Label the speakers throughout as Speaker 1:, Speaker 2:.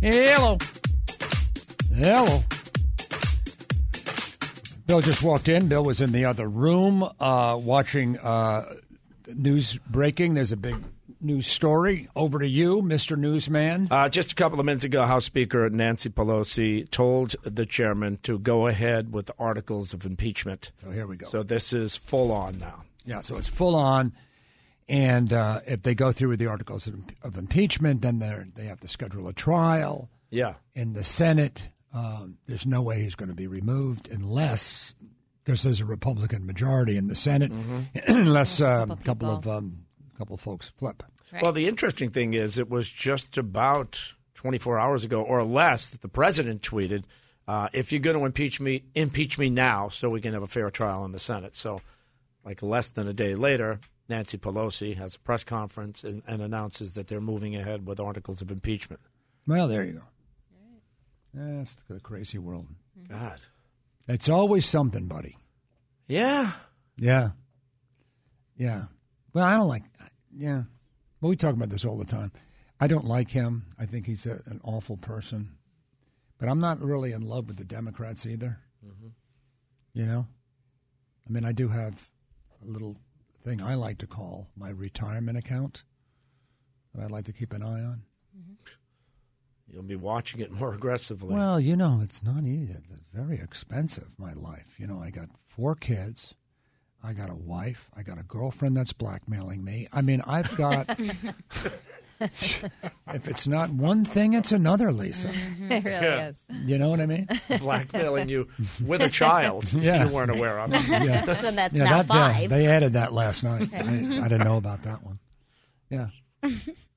Speaker 1: Hello. Hello. Bill just walked in. Bill was in the other room uh, watching uh, news breaking. There's a big news story. Over to you, Mr. Newsman.
Speaker 2: Uh, just a couple of minutes ago, House Speaker Nancy Pelosi told the chairman to go ahead with articles of impeachment.
Speaker 1: So here we go.
Speaker 2: So this is full on now.
Speaker 1: Yeah, so it's full on. And uh, if they go through with the articles of, of impeachment, then they they have to schedule a trial
Speaker 2: Yeah.
Speaker 1: in the Senate. Um, there's no way he's going to be removed unless, because there's a Republican majority in the Senate, unless um, a couple of um, couple of folks flip.
Speaker 2: Well, the interesting thing is, it was just about 24 hours ago or less that the president tweeted, uh, "If you're going to impeach me, impeach me now, so we can have a fair trial in the Senate." So, like less than a day later, Nancy Pelosi has a press conference and, and announces that they're moving ahead with articles of impeachment.
Speaker 1: Well, there you go. That's the crazy world.
Speaker 2: God,
Speaker 1: It's always something, buddy.
Speaker 2: yeah,
Speaker 1: Yeah. Yeah. Well, I don't like. Yeah. Well, we talk about this all the time. I don't like him. I think he's a, an awful person. But I'm not really in love with the Democrats either. You know? I mean, I do have a little thing I like to call my retirement account that I'd like to keep an eye on.
Speaker 2: you'll be watching it more aggressively.
Speaker 1: Well, you know, it's not easy. It's very expensive, my life. You know, I got four kids. I got a wife. I got a girlfriend that's blackmailing me. I mean, I've got. if it's not one thing, it's another, Lisa.
Speaker 3: It really
Speaker 2: Yeah.
Speaker 3: is.
Speaker 1: You know what I mean?
Speaker 2: Blackmailing you with a child
Speaker 1: Yeah.
Speaker 2: you weren't aware of.
Speaker 1: Yeah.
Speaker 4: So that's
Speaker 1: yeah
Speaker 4: now
Speaker 1: that, yeah,
Speaker 4: five.
Speaker 1: they added that last night. I, I didn't know about that one. Yeah.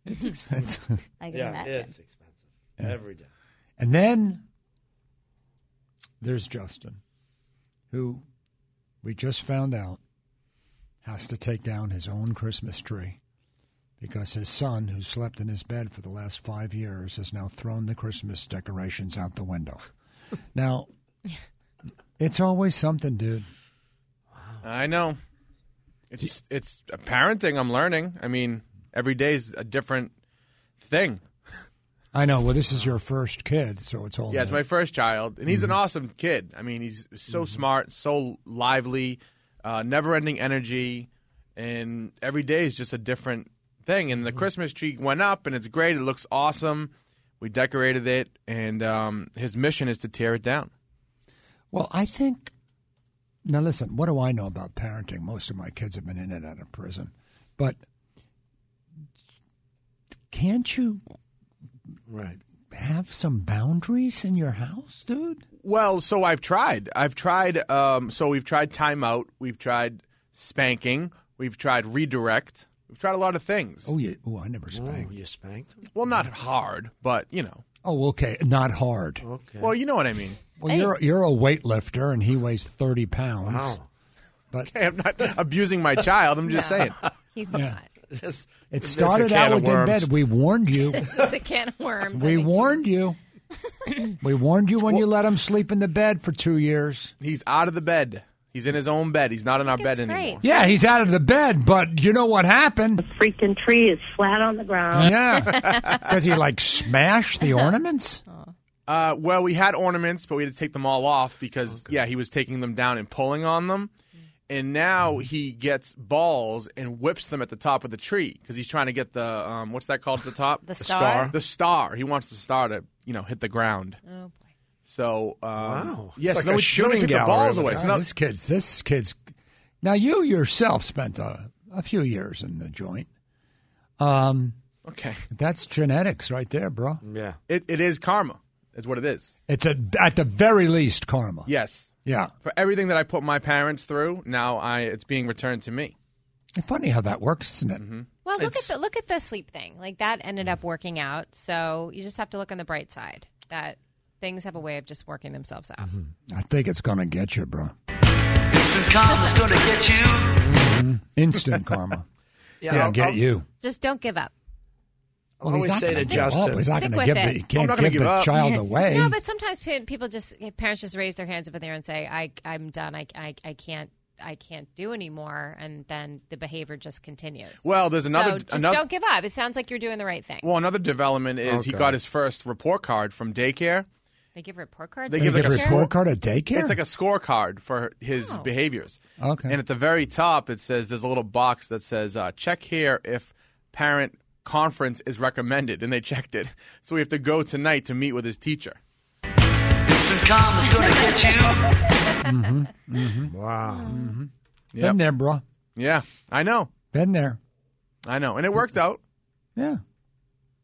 Speaker 1: It's expensive.
Speaker 4: I can
Speaker 2: Yeah,
Speaker 4: imagine.
Speaker 2: it's expensive every day.
Speaker 1: And then there's Justin, who we just found out has to take down his own Christmas tree because his son, who slept in his bed for the last five years, has now thrown the Christmas decorations out the window. Now, it's always something, dude.
Speaker 5: I know. It's it's a parenting I'm learning. I mean, every day's a different thing.
Speaker 1: I know. Well, this is your first kid, so it's all.
Speaker 5: Yeah, it's
Speaker 1: new.
Speaker 5: my first child, and he's an awesome kid. I mean, he's so smart, so lively, uh, never-ending energy, and every day is just a different thing. And the Christmas tree went up, and it's great. It looks awesome. We decorated it, and um, his mission is to tear it down.
Speaker 1: Well, I think. Now, listen, what do I know about parenting? Most of my kids have been in and out of prison. But can't you
Speaker 2: Right.
Speaker 1: have some boundaries in your house, dude?
Speaker 5: Well, so I've tried. I've tried. Um, so we've tried timeout. We've tried spanking. We've tried redirect. We've tried a lot of things.
Speaker 1: Oh, yeah. Oh, I never
Speaker 2: Oh,
Speaker 1: spanked.
Speaker 2: you spanked him?
Speaker 5: Well, not hard, but you know.
Speaker 1: Oh, okay. Not hard.
Speaker 2: Okay.
Speaker 5: Well, you know what I mean.
Speaker 1: Well, you're, you're a weightlifter, and he weighs 30 pounds.
Speaker 2: wow.
Speaker 1: But
Speaker 5: Hey, I'm not abusing my child. I'm just saying.
Speaker 3: He's not.
Speaker 2: This-
Speaker 1: it
Speaker 2: this is a
Speaker 1: started
Speaker 2: can
Speaker 1: out
Speaker 2: of
Speaker 1: with in
Speaker 2: worms.
Speaker 1: bed. We warned you.
Speaker 3: It's just a can of worms. I
Speaker 1: we
Speaker 3: think.
Speaker 1: warned you. we warned you when you let him sleep in the bed for two years.
Speaker 5: He's out of the bed. He's in his own bed. He's not in our bed
Speaker 3: it's great.
Speaker 5: anymore.
Speaker 1: Yeah, he's out of the bed, but you know what happened?
Speaker 6: freaking tree is flat on the ground.
Speaker 1: Yeah. Does he like smash the ornaments?
Speaker 5: Uh, well, we had ornaments, but we had to take them all off because yeah, he was taking them down and pulling on them. And now he gets balls and whips them at the top of the tree because he's trying to get the um, what's that called at the top?
Speaker 4: The
Speaker 5: The
Speaker 4: star.
Speaker 2: star.
Speaker 5: the star. He wants the star to you know hit the ground.
Speaker 3: Oh, boy.
Speaker 5: So um,
Speaker 2: Wow. It's
Speaker 5: yes,
Speaker 2: like
Speaker 5: then
Speaker 2: a
Speaker 5: we, then we
Speaker 2: shooting
Speaker 5: take the
Speaker 2: gallery
Speaker 5: balls
Speaker 2: over
Speaker 5: away.
Speaker 2: there.
Speaker 5: So now-
Speaker 1: this kid's this kid's. Now you yourself spent a, a few years in the joint. Um,
Speaker 5: okay,
Speaker 1: that's genetics right there, bro.
Speaker 2: Yeah.
Speaker 5: it, it is karma, is what it is.
Speaker 1: It's a, at the very least karma.
Speaker 5: Yes,
Speaker 1: Yeah.
Speaker 5: for everything that I put my parents through, now I it's being returned to me.
Speaker 1: Funny how that works, isn't it?
Speaker 3: Well, look
Speaker 2: It's-
Speaker 3: at the look at the sleep thing. Like that ended up working out. So you just have to look on the bright side. That things have a way of just working themselves out.
Speaker 1: I think it's gonna get you, bro.
Speaker 7: This is karma's gonna get you.
Speaker 1: Instant karma.
Speaker 2: Yeah,
Speaker 1: Yeah,
Speaker 2: I'll-
Speaker 1: get
Speaker 2: I'll-
Speaker 1: you.
Speaker 3: Just don't give up.
Speaker 2: I'll always
Speaker 1: not
Speaker 2: say
Speaker 1: gonna
Speaker 2: to
Speaker 1: give up.
Speaker 2: Justin-
Speaker 1: He's not
Speaker 3: Stick
Speaker 1: gonna
Speaker 3: with
Speaker 1: give
Speaker 3: it.
Speaker 1: the, he can't
Speaker 5: I'm not gonna
Speaker 1: give,
Speaker 5: give
Speaker 1: the
Speaker 5: up.
Speaker 1: child away.
Speaker 3: No, but sometimes pe- people just parents just raise their hands up in the air and say, "I I'm done. I I, I can't I can't do anymore, and then the behavior just continues.
Speaker 5: Well, there's another
Speaker 3: so just
Speaker 5: another
Speaker 3: don't give up. It sounds like you're doing the right thing.
Speaker 5: well another development is he
Speaker 2: Okay.
Speaker 5: got his first report card from daycare.
Speaker 3: they give report cards.
Speaker 5: They
Speaker 3: to
Speaker 1: They
Speaker 5: give
Speaker 1: give
Speaker 5: like
Speaker 1: a
Speaker 5: a
Speaker 3: teacher?
Speaker 1: report card at daycare.
Speaker 5: It's like a scorecard for his
Speaker 3: Oh.
Speaker 5: behaviors.
Speaker 1: Okay.
Speaker 5: And at the very top, it says there's a little box that says uh, check here if parent conference is recommended, and they checked it. So we have to go tonight to meet with his teacher.
Speaker 7: This is calm is gonna get you.
Speaker 2: Wow.
Speaker 1: Been there, bro.
Speaker 5: Yeah, I know,
Speaker 1: Been there.
Speaker 5: I know, and it worked out.
Speaker 1: Yeah.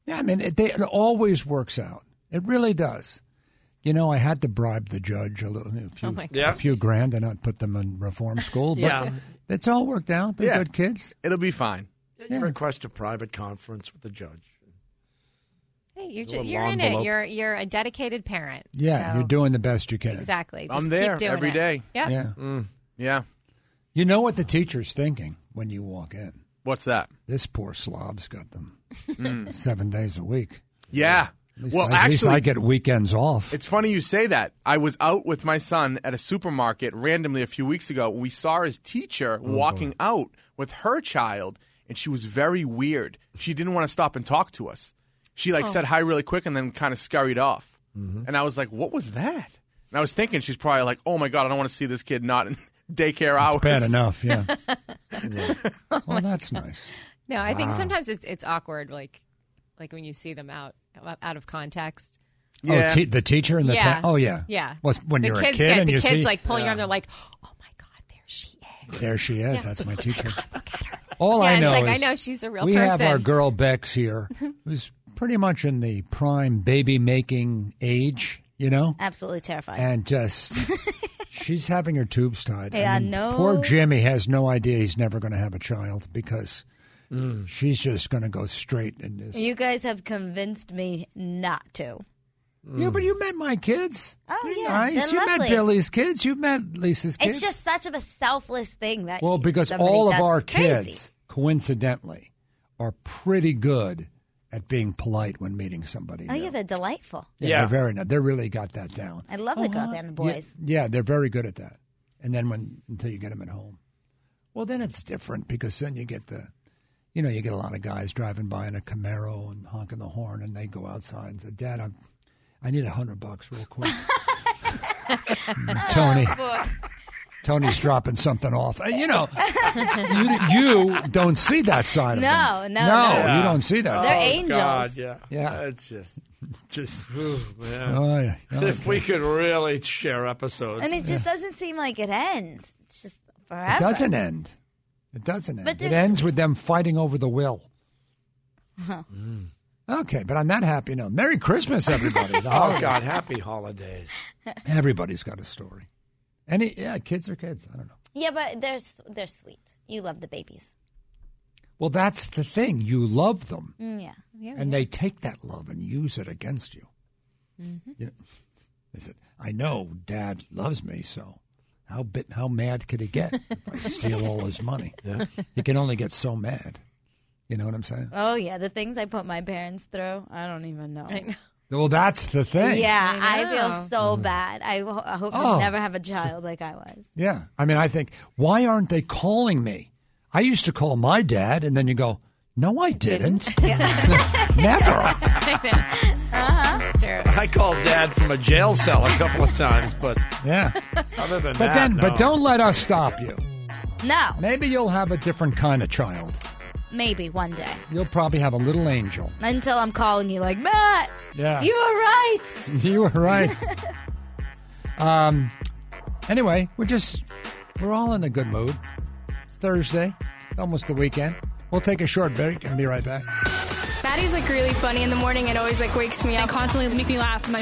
Speaker 1: Yeah, I mean, it, they, it always works out. It really does. You know, I had to bribe the judge a little, a few,
Speaker 3: Oh my
Speaker 1: a
Speaker 2: gosh.
Speaker 1: few grand, and not put them in reform school. But
Speaker 2: Yeah.
Speaker 1: it's all worked out. They're
Speaker 5: Yeah.
Speaker 1: good kids.
Speaker 5: It'll be fine.
Speaker 2: You request a private conference with the judge.
Speaker 3: Hey, you're,
Speaker 2: Little
Speaker 3: ju- you're in
Speaker 2: envelope.
Speaker 3: it. You're you're a dedicated parent.
Speaker 1: Yeah,
Speaker 3: So-
Speaker 1: you're doing the best you can.
Speaker 3: exactly. Just
Speaker 5: I'm there
Speaker 3: keep doing
Speaker 5: every
Speaker 3: it.
Speaker 5: day.
Speaker 3: Yep.
Speaker 1: Yeah,
Speaker 5: Yeah.
Speaker 1: you know what the teacher's thinking when you walk in.
Speaker 5: What's that?
Speaker 1: This poor slob's got them seven days a week.
Speaker 5: Yeah.
Speaker 1: At least
Speaker 5: Mm. Well,
Speaker 1: I- at least
Speaker 5: actually,
Speaker 1: I get weekends off.
Speaker 5: It's funny you say that. I was out with my son at a supermarket randomly a few weeks ago. We saw his teacher walking out with her child, and she was very weird. She didn't want to stop and talk to us. She like said hi really quick and then kind of scurried off. And I was like, "What was that?" And I was thinking she's probably like, "Oh my god, I don't want to see this kid not in daycare hours."
Speaker 1: It's bad enough. Yeah.
Speaker 5: Oh
Speaker 1: Well, that's nice.
Speaker 3: No, I think sometimes it's it's awkward, like like when you see them out out of context.
Speaker 5: Yeah.
Speaker 1: Oh, te- the teacher and the
Speaker 3: Yeah.
Speaker 1: ta- oh yeah
Speaker 3: Yeah.
Speaker 1: Well, when
Speaker 3: the
Speaker 1: you're
Speaker 3: kids
Speaker 1: a kid
Speaker 3: get,
Speaker 1: and
Speaker 3: the
Speaker 1: you
Speaker 3: kids
Speaker 1: see
Speaker 3: like pulling your arm, they're like, "Oh my god, there she is."
Speaker 1: there she is. That's my teacher. All Oh, I
Speaker 3: Yeah,
Speaker 1: know
Speaker 3: it's like
Speaker 1: is
Speaker 3: I know she's a real
Speaker 1: we
Speaker 3: person.
Speaker 1: have our girl Bex here, who's pretty much in the prime baby making age, you know,
Speaker 4: Absolutely terrifying.
Speaker 1: and just she's having her tubes tied.
Speaker 4: Hey, I know.
Speaker 1: Poor Jimmy has no idea he's never going to have a child because she's just going to go straight and just.
Speaker 4: you guys have convinced me not to.
Speaker 1: Yeah, but you met my kids.
Speaker 4: Oh,
Speaker 1: They're
Speaker 4: yeah.
Speaker 1: nice.
Speaker 4: They're
Speaker 1: you met
Speaker 4: lovely.
Speaker 1: Billy's kids. You met Lisa's kids.
Speaker 4: It's just such of a selfless thing that
Speaker 1: Well, because
Speaker 4: Uh, somebody
Speaker 1: all of
Speaker 4: does.
Speaker 1: our
Speaker 4: It's crazy.
Speaker 1: kids, coincidentally, are pretty good at being polite when meeting somebody.
Speaker 4: Oh
Speaker 1: new.
Speaker 4: yeah, they're delightful.
Speaker 2: Yeah.
Speaker 1: They're very nice. They really got that down.
Speaker 4: I love the girls and the boys.
Speaker 1: Uh-huh. Yeah, yeah, they're very good at that. And then when until you get them at home, well, then it's different because then you get the, you know, you get a lot of guys driving by in a Camaro and honking the horn, and they go outside and say, "Dad, I'm, I need a hundred bucks real quick." Tony, Tony's dropping something off. And, You know, you, you don't see that side of
Speaker 4: No,
Speaker 1: them.
Speaker 4: no,
Speaker 1: no,
Speaker 4: no.
Speaker 1: you don't see that.
Speaker 4: They're
Speaker 1: side.
Speaker 4: angels.
Speaker 2: Oh, God, yeah.
Speaker 1: Yeah.
Speaker 2: It's just, just, ooh, man.
Speaker 1: Oh, yeah. Oh,
Speaker 2: if we could really share episodes.
Speaker 4: And it just doesn't seem like it ends. It's just forever.
Speaker 1: It doesn't end. It doesn't end.
Speaker 4: But
Speaker 1: it
Speaker 4: there's-
Speaker 1: ends with them fighting over the will. Okay, but on that happy note, Merry Christmas, everybody. The
Speaker 2: oh,
Speaker 1: holidays.
Speaker 2: God, happy holidays.
Speaker 1: Everybody's got a story. Any yeah, kids are kids. I don't know.
Speaker 4: Yeah, but they're s- they're sweet. You love the babies.
Speaker 1: Well, that's the thing. You love them,
Speaker 4: Mm, yeah.
Speaker 1: and they take that love and use it against you.
Speaker 4: Mm-hmm.
Speaker 1: You know, they said, "I know Dad loves me, so how bit how mad could he get if I steal all his money? He can only get so mad." You know what I'm saying?
Speaker 4: Oh yeah, the things I put my parents through, I don't even know.
Speaker 3: I know.
Speaker 1: Well, that's the thing.
Speaker 4: Yeah,
Speaker 3: I
Speaker 4: I,
Speaker 3: know.
Speaker 4: feel so bad. I, ho- I hope
Speaker 1: Mm. Oh.
Speaker 4: to never have a child like I was.
Speaker 1: Yeah. I mean, I think, why aren't they calling me? I used to call my dad, and then you go, no, I didn't. Never.
Speaker 3: It's true.
Speaker 2: I called Dad from a jail cell a couple of times, but
Speaker 1: Yeah.
Speaker 2: other than
Speaker 1: But
Speaker 2: that,
Speaker 1: then,
Speaker 2: no.
Speaker 1: but don't let us stop you.
Speaker 4: No,
Speaker 1: Maybe you'll have a different kind of child.
Speaker 4: maybe one day.
Speaker 1: You'll probably have a little angel.
Speaker 4: Until I'm calling you like Matt.
Speaker 1: Yeah.
Speaker 4: You were right.
Speaker 1: You were right. um, anyway, we're just, we're all in a good mood. It's Thursday. It's almost the weekend. We'll take a short break and be right back.
Speaker 8: Maddie's like really funny in the morning. It always like wakes me up. They constantly make me laugh. My